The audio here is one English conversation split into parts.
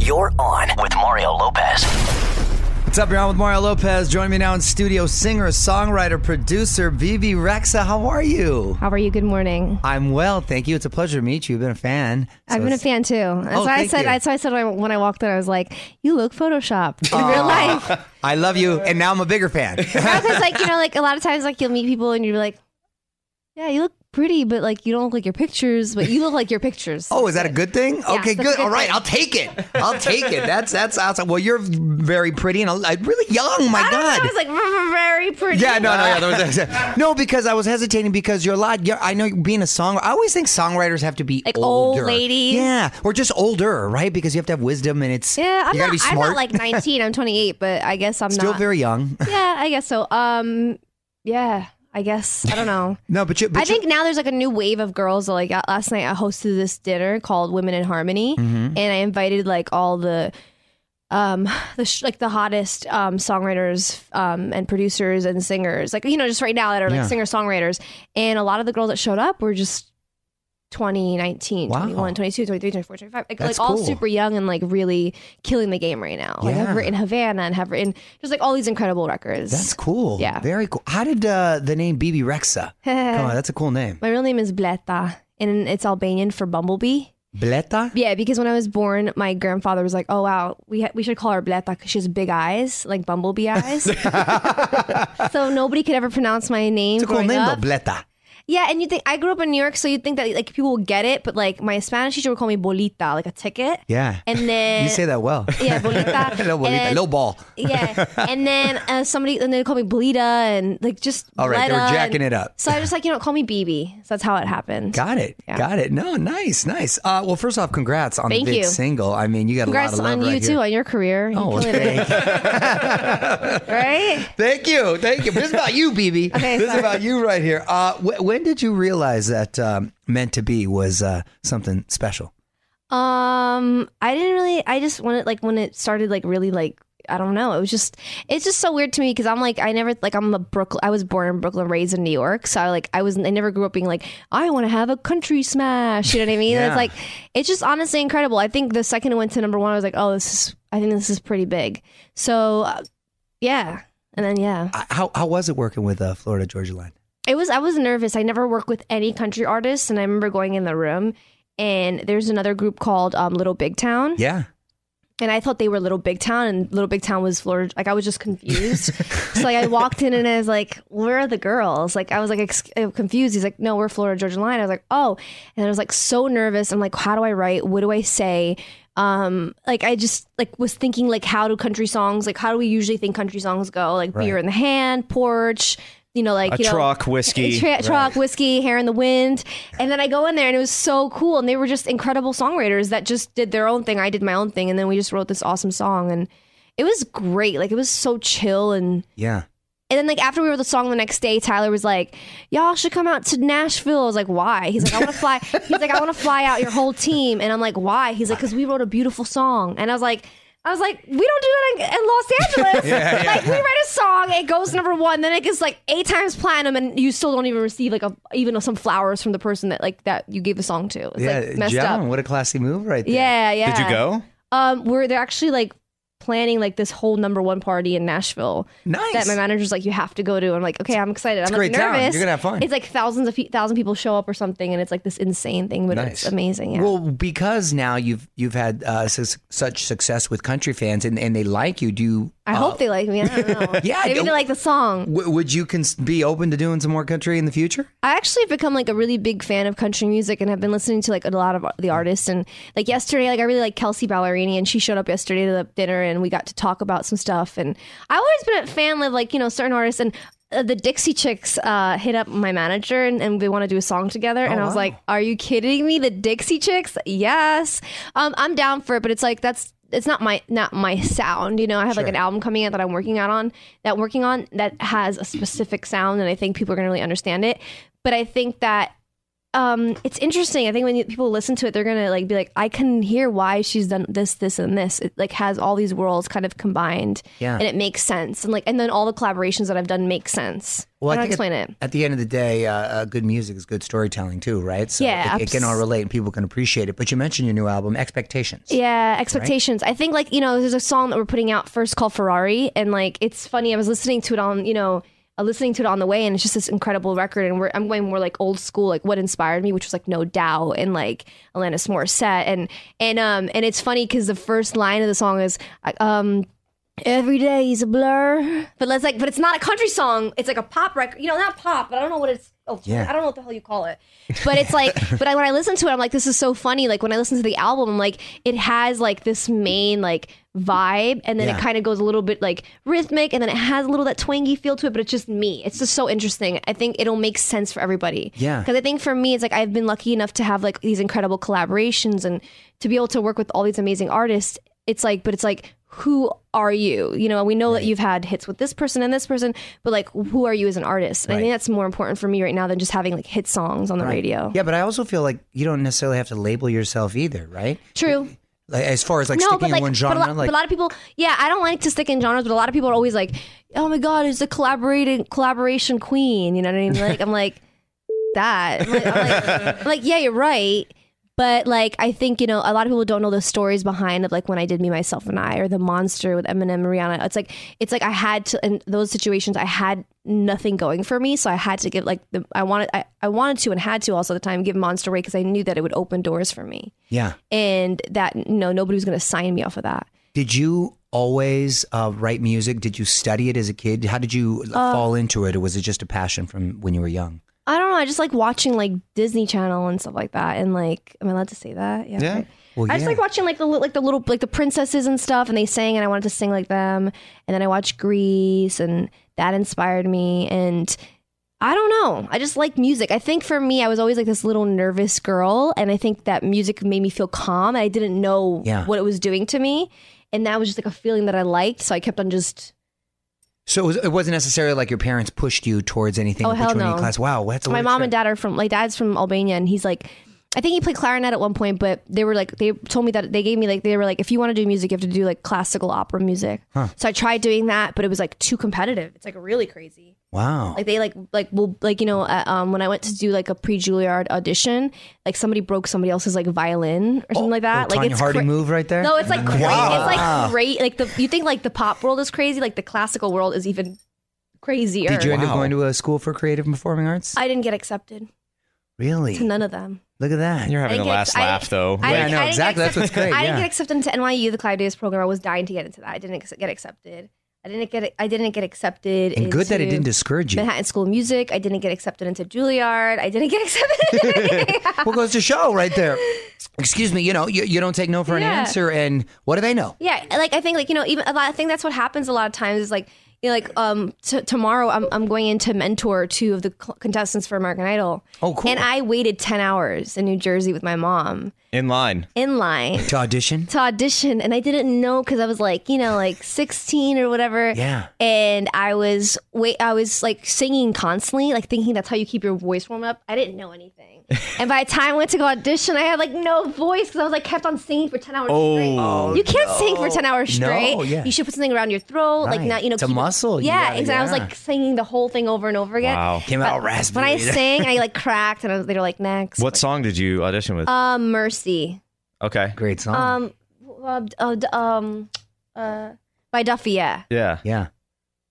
You're on with Mario Lopez. What's up, you're on with Mario Lopez. Joining me now in studio, singer, songwriter, producer, Vivi Rexa. How are you? How are you? Good morning. I'm well, thank you. It's a pleasure to meet you. You've been a fan. So I've been a it's- fan too. That's Oh, why I thank said. you. That's why I said when I- when I walked in, I was like, "You look photoshopped in real life." I love you, and now I'm a bigger fan. Because like you know, like a lot of times, like you'll meet people and you're like, "Yeah, you look pretty, but like you don't look like your pictures, but you look like your pictures." Oh, is that a good thing? okay, that's a good. good All right, thing. I'll take it. I'll take it. That's that's awesome. Well, you're very pretty and uh, really young. My I God. don't know. I was like very pretty. Yeah, no, no, yeah, there was that. no, because I was hesitating because you're a lot. you I know being a songwriter. I always think songwriters have to be Like old older. ladies? yeah, or just older, right? Because you have to have wisdom and it's Yeah, I'm you not. gotta be smart. I'm not like 19. I'm 28, but I guess I'm still not. very young. yeah, I guess so. Um, yeah, I guess I don't know. No, but you. But I think now there's like a new wave of girls. Like uh, last night, I hosted this dinner called Women in Harmony, Mm-hmm. and I invited like all the, um, the sh- like the hottest um, songwriters um, and producers and singers. Like you know, just right now that are like Yeah. singer songwriters, and a lot of the girls that showed up were just. 20, 19, Wow. 21, 22, 23, 24, 25. Like, That's like all cool. super young and like really killing the game right now. Like Yeah. I've written Havana and have written just like all these incredible records. that's cool. Yeah. very cool. How did uh, the name BB Rexa? Come on, that's a cool name. My real name is Bleta, and it's Albanian for bumblebee. Bleta. Yeah, because when I was born, my grandfather was like, "Oh wow, we ha- we should call her Bleta because she has big eyes, like bumblebee eyes." so nobody could ever pronounce my name. It's a cool growing name up. though, Bleta. Yeah, and you think I grew up in New York, so you'd think that like people would get it, but like my Spanish teacher would call me bolita, like a ticket. Yeah, And then you say that well. Yeah, bolita. Hello, Bolita. And- Hello, ball. yeah, and then uh, somebody and they call me Bolita and like just All right, they were Bleta, jacking and- it up. So I just like you know call me BB. So that's how it happened. Got it. Yeah. Got it. No, nice, nice. Uh, well, first off, congrats on Thank the big you. single. I mean, you got Congrats a lot of love on you right too, here. on your career. You Oh, killed it, right? Thank you. Thank you. This is about you, BB. Okay, this is sorry. about you right here. Uh, wh- when did you realize that um, meant to be was uh, something special? Um, I didn't really. I just wanted like when it started, like really, like I don't know. It was just, it's just so weird to me because I'm like, I never like I'm a Brooklyn. I was born in Brooklyn, raised in New York, so I like I was. I never grew up being like, I want to have a country smash. You know what I mean? And Yeah. It's like, it's just honestly incredible. I think the second it went to number one, I was like, oh, this is. I think this is pretty big. So, uh, yeah. And then yeah, Uh, How how was it working with uh, Florida Georgia Line? it was I was nervous. I never worked with any country artists, and I remember going in the room, and there's another group called um, Little Big Town. Yeah. and I thought they were Little Big Town, and Little Big Town was Florida. Like I was just confused. so like I walked in and I was like, "Where are the girls?" Like I was like ex- uh, confused. He's like, "No, we're Florida Georgia Line." I was like, "Oh," and I was like so nervous. I'm like, "How do I write? What do I say?" Um, like I just like was thinking like how do country songs like how do we usually think country songs go like beer in the hand, porch. You know, like A you know, truck, whiskey. tra- truck, whiskey, hair in the wind. And then I go in there and it was so cool. And they were just incredible songwriters that just did their own thing. I did my own thing. And then we just wrote this awesome song. And it was great. Like it was so chill and Yeah. and then like after we wrote the song the next day, Tyler was like, "Y'all should come out to Nashville." I was like, "Why?" He's like, "I want to fly." He's like, "I want to fly out your whole team." And I'm like, "Why?" He's like, "Cause we wrote a beautiful song." And I was like. I was like, we don't do that in, in Los Angeles. Like, we write a song, it goes number one, then it gets like eight times platinum, and you still don't even receive like a, even some flowers from the person that like that you gave the song to. It's like messed John, up. what a classy move right there. Yeah, yeah. Did you go? Um, we're they're actually like planning like this whole number one party in Nashville. Nice. That my manager's like, you have to go to. I'm like, okay, I'm excited. I'm great like town. nervous. You're gonna have fun. It's like thousands of pe- thousand people show up or something, and it's like this insane thing, but Nice. it's amazing. Yeah. Well, because now you've you've had uh, su- such success with country fans and, and they like you. Do you, uh, I uh, hope they like me. I don't know. Yeah, I maybe don't- they like the song. W- would you cons- be open to doing some more country in the future? I actually have become like a really big fan of country music, and have been listening to like a lot of the artists. And like yesterday, like I really like Kelsey Ballerini, and she showed up yesterday to the dinner, and we got to talk about some stuff. And I've always been a fan of like you know certain artists and. uh, The Dixie Chicks uh, hit up my manager and, and they want to do a song together. and I was like, Are you kidding me? The Dixie Chicks? Yes. Um, I'm down for it, but it's like, that's. It's not my not my sound, you know. I have like an album coming out that I'm working out on that working on that has a specific sound, and I think people are gonna really understand it. But I think that um, it's interesting. I think when you, people listen to it, they're gonna like be like, I can hear why she's done this, this, and this. It like has all these worlds kind of combined, Yeah. and it makes sense. And like, and then all the collaborations that I've done make sense. Well, I don't think explain at, it. At the end of the day, uh, uh, good music is good storytelling too, right? So Yeah, it, it can all abs- relate and people can appreciate it. But you mentioned your new album, Expectations. Yeah, expectations. I think like you know, there's a song that we're putting out first called Ferrari, and like it's funny. I was listening to it on you know, uh, listening to it on the way, and it's just this incredible record. And we're, I'm going more like old school, like what inspired me, which was like No Doubt and like Alanis Morissette, and and um and it's funny because the first line of the song is I- um. Every day is a blur, but let's like, but it's not a country song. It's like a pop record, you know, not pop, but I don't know what it's. Oh, yeah. I don't know what the hell you call it. But it's like, but I, when I listen to it, I'm like, this is so funny. Like when I listen to the album, I'm like, it has like this main like vibe, and then it kind of goes a little bit like rhythmic, and then it has a little that twangy feel to it. But it's just me. It's just so interesting. I think it'll make sense for everybody. Yeah. Because I think for me, it's like I've been lucky enough to have like these incredible collaborations and to be able to work with all these amazing artists. It's like, but it's like, who are you? You know, we know that you've had hits with this person and this person, but like, who are you as an artist? And I think that's more important for me right now than just having like hit songs on the radio. Yeah, but I also feel like you don't necessarily have to label yourself either, right? True. Like, as far as like sticking in one genre, but, a lot, like but a lot of people, yeah, I don't like to stick in genres, but a lot of people are always like, "Oh my god, it's a collaborating collaboration queen." You know what I mean? Like, I'm like that. I'm like, I'm like, I'm like, yeah, you're right. But like, I think you know, a lot of people don't know the stories behind of like when I did me, myself, and I, or the monster with Eminem and Rihanna. It's like it's like I had to in those situations, I had nothing going for me, so I had to give like the I wanted I, I wanted to and had to also at the time give Monster away because I knew that it would open doors for me yeah. and that you know nobody was going to sign me off of that. Did you always uh, write music? Did you study it as a kid? How did you Uh, fall into it, or was it just a passion from when you were young? I don't know. I just like watching like Disney Channel and stuff like that. And like, am I allowed to say that? Yeah. right. Well, I just yeah. like watching like the li- like the little like the princesses and stuff, and they sang, and I wanted to sing like them. And then I watched Grease, and that inspired me. And I don't know. I just like music. I think for me, I was always like this little nervous girl, and I think that music made me feel calm. I didn't know Yeah. what it was doing to me, and that was just like a feeling that I liked. So I kept on just So it, was, it wasn't necessarily like your parents pushed you towards anything. Oh, or put hell you in any no. Class. Wow, that's a my weird mom trip. and dad are from like dad's from Albania and he's like I think he played clarinet at one point but they were like they told me that they gave me like they were like if you want to do music you have to do like classical opera music. So I tried doing that but it was like too competitive. It's like really crazy. Wow. Like they like like will like you know uh, um when I went to do like a pre Juilliard audition like somebody broke somebody else's like violin or something like that. Oh, Tanya like Harding cra- move right there. Mm-hmm. No, it's like cra- it's like great like the you think like the pop world is crazy like the classical world is even crazier. Did you end up Wow. going to a school for creative and performing arts? I didn't get accepted really? to none of them. Look at that. You're having the didn't get ex- last I laugh, didn't- though. I didn't- Yeah, I know, I didn't get exactly. That's what's accept- great, I didn't yeah. get accepted into NYU, the Cloud Days program. I was dying to get into that. I didn't ex- get accepted. I didn't get. I didn't get accepted. And good that it into didn't discourage you. Manhattan School of Music. I didn't get accepted into Juilliard. I didn't get accepted. Well, goes to show right there. Excuse me, you know, you, you don't take no for an Yeah. answer, and what do they know? yeah, like I think, like you know, even a lot. I think that's what happens a lot of times. Is like you know, like um t- tomorrow, I'm I'm going in to mentor two of the cl- contestants for American Idol. Oh, cool. And I waited ten hours in New Jersey with my mom in line. in line. To audition? to audition and I didn't know because I was like, you know, like 16 or whatever. Yeah. And I was wait I was like singing constantly, like thinking that's how you keep your voice warm up. I didn't know anything. and by the time I went to go audition, I had like no voice because I was like kept on singing for 10 hours straight. Oh, you can't sing for 10 hours No, straight. yeah. You should put something around your throat, like Right. not, you know, It's a keep it- muscle. You Yeah, gotta- exactly. I was yeah. like singing the whole thing over and over again. Wow. Came out raspy. When I sang, I like cracked and I was, they were like, next. What song did you audition with? Uh, Mercy. okay. Great song. Um, uh, d- uh, d- um, uh, by Duffy, yeah. Yeah. yeah.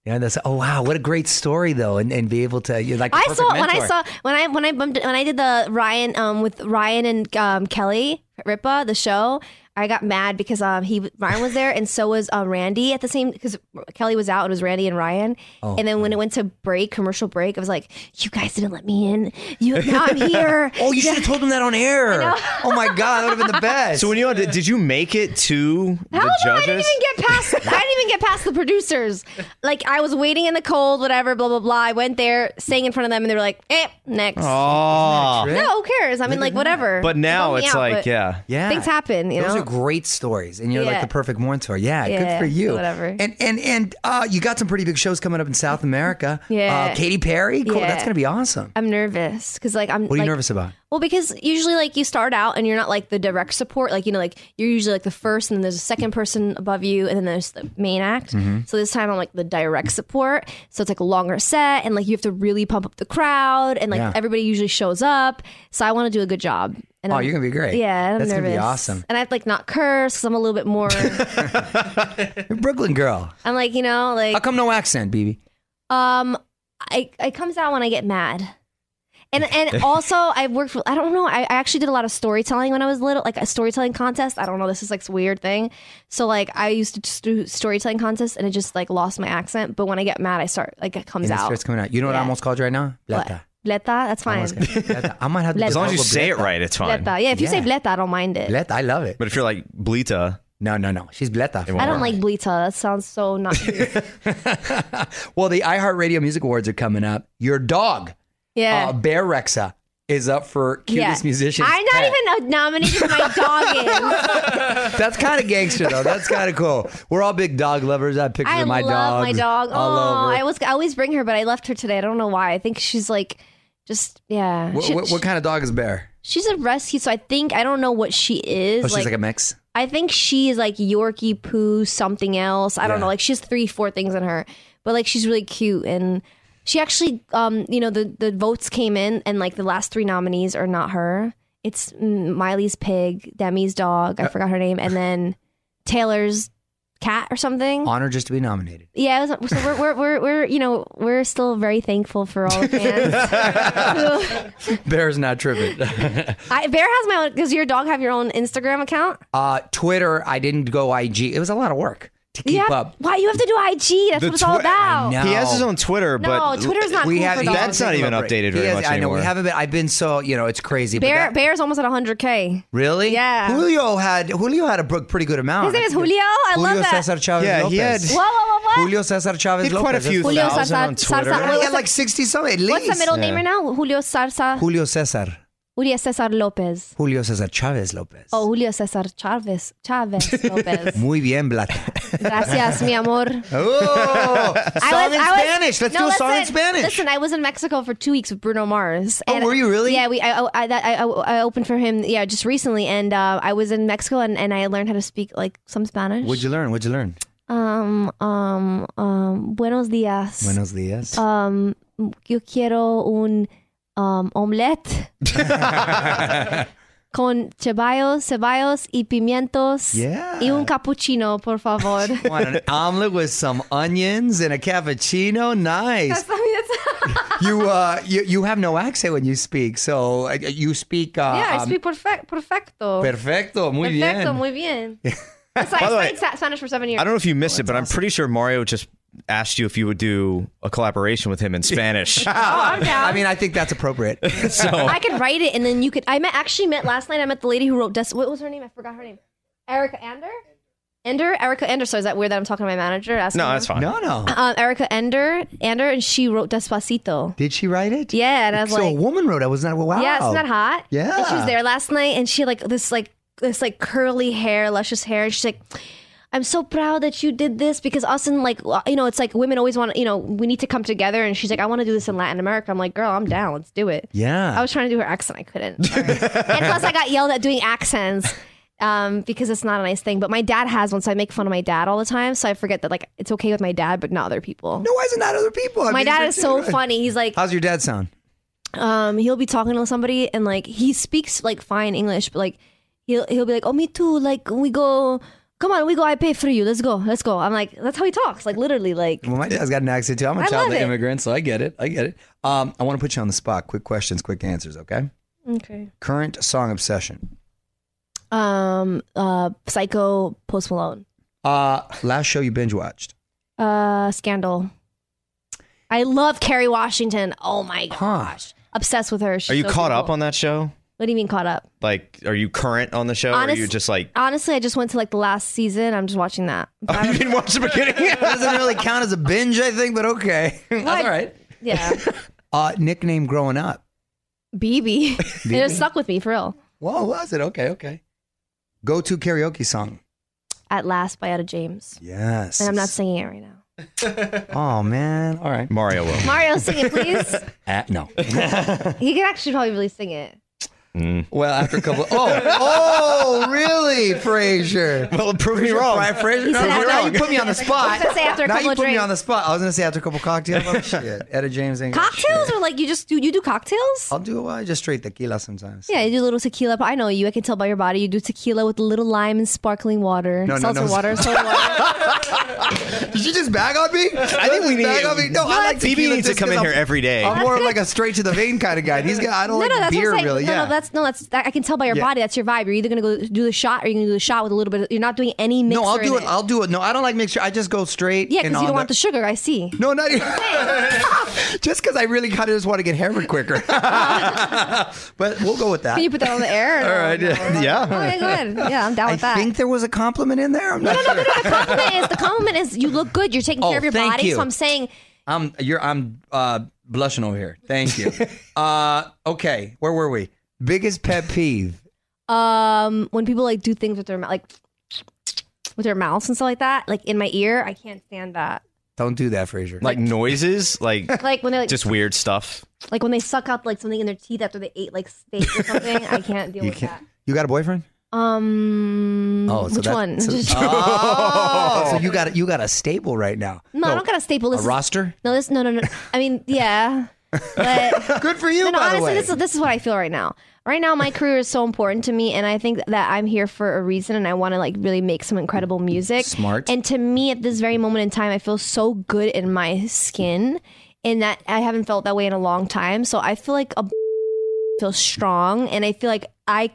Yeah, that's oh wow, what a great story though, and, and be able to you're like the I perfect saw when I mentor. saw when I when I bumped when I did the Ryan um with Ryan and um Kelly Ripa the show. I got mad because um he Ryan was there and so was uh, Randy at the same because Kelly was out and it was Randy and Ryan. Oh, and then when it went to break commercial break, I was like, "You guys didn't let me in. You now I'm here." Oh, you should have told them that on air. Oh my god, that would have been the best. So when you audi- did you make it to Hell the no, I judges? didn't even get past. I didn't even get past the producers. Like I was waiting in the cold, whatever, blah blah blah. I went there, sang in front of them, and they were like, "Eh, next." Oh. No, who cares? I mean, like whatever. But now Bum me it's out, like, but yeah. yeah, things happen. You Those know, are great stories, and you're like Yeah. the perfect mentor. Yeah, good Yeah, for you. whatever. And and and uh, you got some pretty big shows coming up in South America. Yeah. uh, Katy Perry. Cool, Yeah. that's gonna be awesome. I'm nervous because like I'm. What are you like- nervous about? Well, because usually like you start out and you're not like the direct support. Like you know, like you're usually like the first, and then there's a second person above you, and then there's the main act. Mm-hmm. So this time I'm like the direct support. So it's like a longer set, and like you have to really pump up the crowd, and like Yeah. everybody usually shows up. So I want to do a good job. And Oh, I'm- you're gonna be great. Yeah, I'm That's gonna nervous. be awesome. And I have to, like not curse because I'm a little bit more. You're a Brooklyn girl. I'm like you know like How come no accent, BB? Um, I it comes out when I get mad. And, and also I worked with, I don't know I, I actually did a lot of storytelling when I was little like a storytelling contest I don't know this is like a weird thing so like I used to just do storytelling contests and it just like lost my accent but when I get mad I start like it comes And it out starts coming out. You know what I Yeah. almost called you right now? What? Bleta. Bleta that's I fine almost got- Bleta. I might have to Bleta. As long as you develop a say it Bleta. right, it's fine. Bleta yeah if you say Yeah. Bleta I don't mind it Bleta, I love it. But if you're like Blita, No, no, no. She's Bleta. It I won't don't like Bleta that sounds so not well, the iHeartRadio Music Awards are coming up. Your dog, yeah uh, Bear Rexa, is up for cutest yeah. musician. I'm not even nominated for my dog in That's kind of gangster though. That's kind of cool. We're all big dog lovers. I have pictures I of my love dog. my dog. all oh, over. I was I always bring her, but I left her today. I don't know why. I think she's like just yeah. what, She- what, what kind of dog is Bear? she's a rescue, so I think I don't know what she is. Oh, she's like, a mix. I think she is like Yorkie poo something else. I don't Yeah. know. Like she has three, four things in her, but like she's really cute and she actually, um, you know, the the votes came in and like the last three nominees are not her. It's mm, Miley's pig, Demi's dog. Uh, I forgot her name, and then Taylor's cat or something. Honor just to be nominated. Yeah, it was, so we're, we're, we're, we're, you know, we're still very thankful for all the fans. Bear's not tripping. I, Bear has my own, does your dog have your own Instagram account? uh, Twitter, I didn't go IG. It was a lot of work to keep you have, up. Why, you have to do IG. That's The what it's all twi- about. I know. he has his own Twitter, No, but Twitter's not We cool have for he dogs. That's not even updated He very has- much I know anymore. we haven't been. I've been so you know it's crazy. but Bear, that- Bear's almost at 100K. Really? Yeah. Julio had Julio had a br- pretty Ah, good amount. His name I is think Julio? I Julio love that. Cesar Chavez Yeah, Lopez. he had- Whoa, whoa, whoa, what? Julio Cesar Chavez he had quite a Lopez. few Julio thousand Sarsa- on Sarsa- Twitter. Julio He had Cesar- like sixty something at least. What's the middle name Yeah. right now? Julio Sarsa, Julio Cesar. Julio Cesar Lopez. Julio Cesar Chavez Lopez. Oh, Julio Cesar Chavez, Chavez Lopez. Muy bien, Blata. Gracias, mi amor. oh, song in Spanish. Let's no, do a song in listen, Spanish. Listen, I was in Mexico for two weeks with Bruno Mars. Oh, were you really? Yeah, we. I I, I, that- I, I opened for him. Yeah, just recently, and uh, I was in Mexico and, and I learned how to speak like some Spanish. What'd you learn? What'd you learn? Um, um, um. Buenos días. Buenos dias. Um, yo quiero un um omelette con ceballos, ceballos y pimientos. Yeah. Y un cappuccino, por favor. Want an omelet with some onions and a cappuccino? Nice. That's- I mean, that's- you, uh, you you have no accent when you speak, so uh, you speak. Uh, yeah, I um, speak perfect, perfecto. Perfecto, muy Perfecto, bien. muy bien. It's like, By the way, I studied Spanish for seven years. I don't know if you missed it, but I'm pretty sure Mario just asked you if you would do a collaboration with him in Spanish. Oh, I'm down. Ah, I mean, I think that's appropriate. so I could write it, and then you could. I met actually met last night. I met the lady who wrote. Des- what was her name? I forgot her name. Erica Ender. Ender. Erica Ender. So is that weird that I'm talking to my manager? Asking no, her? that's fine. no, no. Um, Erica Ender. Ender, and she wrote Despacito. Did she write it? Yeah, and I was so a like, woman wrote it. Wasn't that wow? yeah, isn't that hot? Oh, Yeah. And she was there last night, and she like this like this like curly hair, luscious hair. And she's like. I'm so proud that you did this because Austin, like, uh, you know, it's like women always want, you know, we need to come together. And she's like, I want to do this in Latin America. I'm like, girl, I'm down. Let's do it. Yeah. I was trying to do her accent. I couldn't. Sorry. and plus, I got yelled at doing accents um, because it's not a nice thing. But my dad has one, so I make fun of my dad all the time. So I forget that like it's okay with my dad, but not other people. no, why isn't that other people? I Oh. my mean, dad is that's- so funny. He's like, How's your dad sound? um, he'll be talking to somebody and like he speaks like fine English, but like he'll he'll be like, oh me too. Like we go, come on, we go. I pay for you. Let's go, let's go. I'm like, that's how he talks. Like literally, like Well, my dad's got an accent too. I'm a I child love of it. immigrants, so I get it. I get it. Um, I want to put you on the spot. Quick questions, quick answers. Okay. okay. Current song obsession. Um, uh, psycho Post Malone. Uh, last show you binge watched. Uh, Scandal. I love Carrie Washington. Oh my Huh. gosh, obsessed with her. She's Are you so caught up cool. on that show? What do you mean caught up? Like, are you current on the show? or are you Honest- just like, Honestly, I just went to like the last season. I'm just watching that. oh, you didn't watch the beginning? Doesn't really count as a binge, I think, but okay. That's all right. Yeah, Uh, nickname growing up. BB. it just stuck with me for real. Well, was it? Okay, okay. Go to karaoke song. At last by Etta James, Yes. and I'm not singing it right now. Oh man. All right. Mario will. Mario, sing it, please. Uh, no. He could actually probably really sing it. well, after a couple. Oh, oh, really, Frazier? Well, prove me wrong. Right, Frazier. No, said now after- you put me on the I was spot. gonna say after a now couple you of put me drinks. on the spot. I was gonna say after a couple cocktails. Oh, shit. Etta James ain't got cocktails Oh, shit. or like you just do you do cocktails? I'll do uh, just straight tequila sometimes. Yeah, you do a little tequila. But I know you. I can tell by your body. You do tequila with a little lime and sparkling water, No, no, seltzer no. water, soda water. Did you just bag on me? I think we need- bag on me. No, I like Phoebe tequila needs to just come 'cause in I'm- here every day. I'm more of like a straight to the vein kind of guy. These guys, I don't No, like no, that's beer what I'm saying. really. no, yeah. no, that's no, that's that, I can tell by your Yeah. body. That's your vibe. You're either gonna go do the shot, or you're gonna do the shot with a little bit. Of, you're not doing any mixer. no, I'll do in it. I'll do it. No, I don't like mixture. I just go straight. yeah, and because you on don't want the sugar. I see. No, not even. just because I really kind of just want to get hammered quicker. but we'll go with that. Can you put that on the air? All right. yeah. Okay, go ahead. Yeah, I'm down I with that. think there was a compliment in there. I'm not sure. the compliment is the compliment is you look good. You're taking Oh, care of your thank body. you. So I'm saying I'm you're I'm uh, blushing over here. Thank you. uh, okay, where were we? Biggest pet peeve. um when people like do things with their mouth like with their mouths and stuff like that, like in my ear, I can't stand that. Don't do that, Fraser. Like noises, like Like when they like just weird stuff. like when they suck up like something in their teeth after they ate like steak or something, I can't deal you with can't. You got a boyfriend? that. Um Oh, so which that- one? so- Just- Oh, so you got you got a staple right now. no, I don't got a staple. Oh. a This is- roster. no, this no no no. I mean, yeah. But Good for you, No, no, by the honestly, way. this is this is what I feel right now. Right now, my career is so important to me, and I think that I'm here for a reason, and I want to like really make some incredible music. Smart. And to me, at this very moment in time, I feel so good in my skin, and that I haven't felt that way in a long time. So I feel like a feel strong, and I feel like I.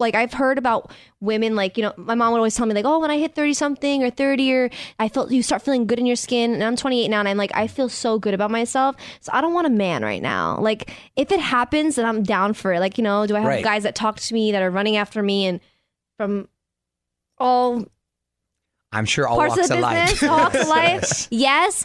Like I've heard about women, like you know, my mom would always tell me, like, "Oh, when I hit thirty something or thirty, or I felt you start feeling good in your skin." And I'm 28 now, and I'm like, I feel so good about myself. So I don't want a man right now. Like, if it happens, then I'm down for it. Like, you know, do I have Right. guys that talk to me that are running after me and from all I'm sure all parts walks of the business, life. all walks of life. Yes. Yes,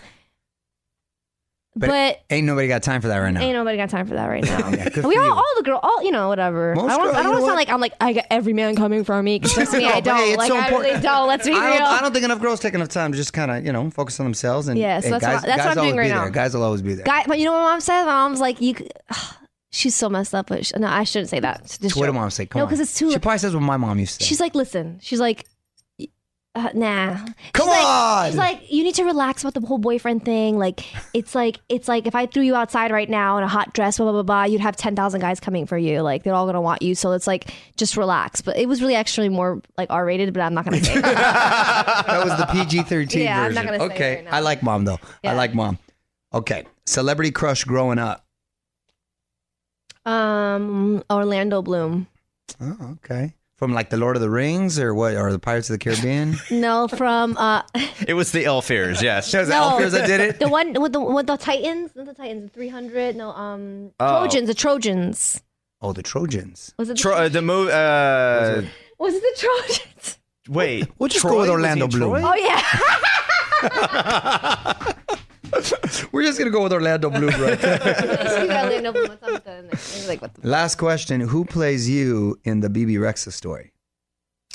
But- but, Ain't nobody got time for that right now. ain't nobody got time for that right now. Yeah, good we for all, you. all the girl, all you know, whatever. Most I don't, girl- I you know don't want to what? sound like I'm like I got every man coming for me. 'cause Trust me, I No, but don't. hey, it's like so I really important. don't. Let's be I real. don't, I don't think enough girls take enough time to just kind of, you know, focus on themselves. And, Yeah, so and that's guys, what- that's guys what I'm always doing right be there. now. Guys will always be there. Guy, but you know what mom said? My Mom's like you. c- She's so messed up. But she, no, I shouldn't say that. It's just That's what joke. did mom say? Come no, on. because it's too. She probably says what my mom used to say. She's like, listen. She's like, uh, nah. Come she's on! Like, she's like, you need to relax about the whole boyfriend thing. Like, it's like, it's like if I threw you outside right now in a hot dress, blah blah blah, blah you'd have ten thousand guys coming for you. Like, they're all gonna want you. So it's like, just relax. But it was really actually more like R rated. But I'm not gonna say. it. that was the PG 13 Yeah, I'm version. not gonna say it okay. right now. I like mom, though. I Yeah. like mom. Okay. Celebrity crush growing up. Um, Orlando Bloom. Oh, okay. From like the Lord of the Rings or what? Or the Pirates of the Caribbean? No, from uh, It was the elf ears, yes. Shows No. Alpers that did it. the one with the with the Titans, not the Titans, the three hundred. No, um, Oh. Trojans, the Trojans. Oh, the Trojans. Was it the, Tro- uh, the movie. Uh, was it the Trojans? wait, We'll just Troy? go with Was Orlando he Bloom. Troy? Oh yeah. We're just gonna go with Orlando Bloom right Excuse me, Orlando Bloom. I thought that- I was like, what the- Last question: Who plays you in the BB Rexa story?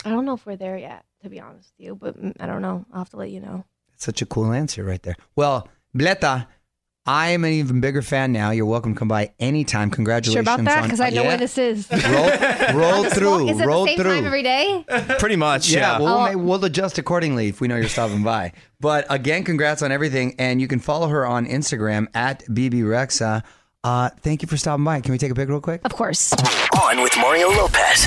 I don't know if we're there yet, to be honest with you. But mm, I don't know. I'll have to let you know. That's such a cool answer right there. Well, Bleta, I am an even bigger fan now. You're welcome to come by anytime. Congratulations! Sure about that? on- Because I know Yeah. when this is. Roll, roll through. Is it roll the same through. time every day? Pretty much, yeah. Yeah, we'll, Oh. ma- we'll adjust accordingly if we know you're stopping by. But again, congrats on everything. And you can follow her on Instagram at BB Rexa. Uh, thank you for stopping by. Can we take a pic real quick? Of course. On with Mario Lopez.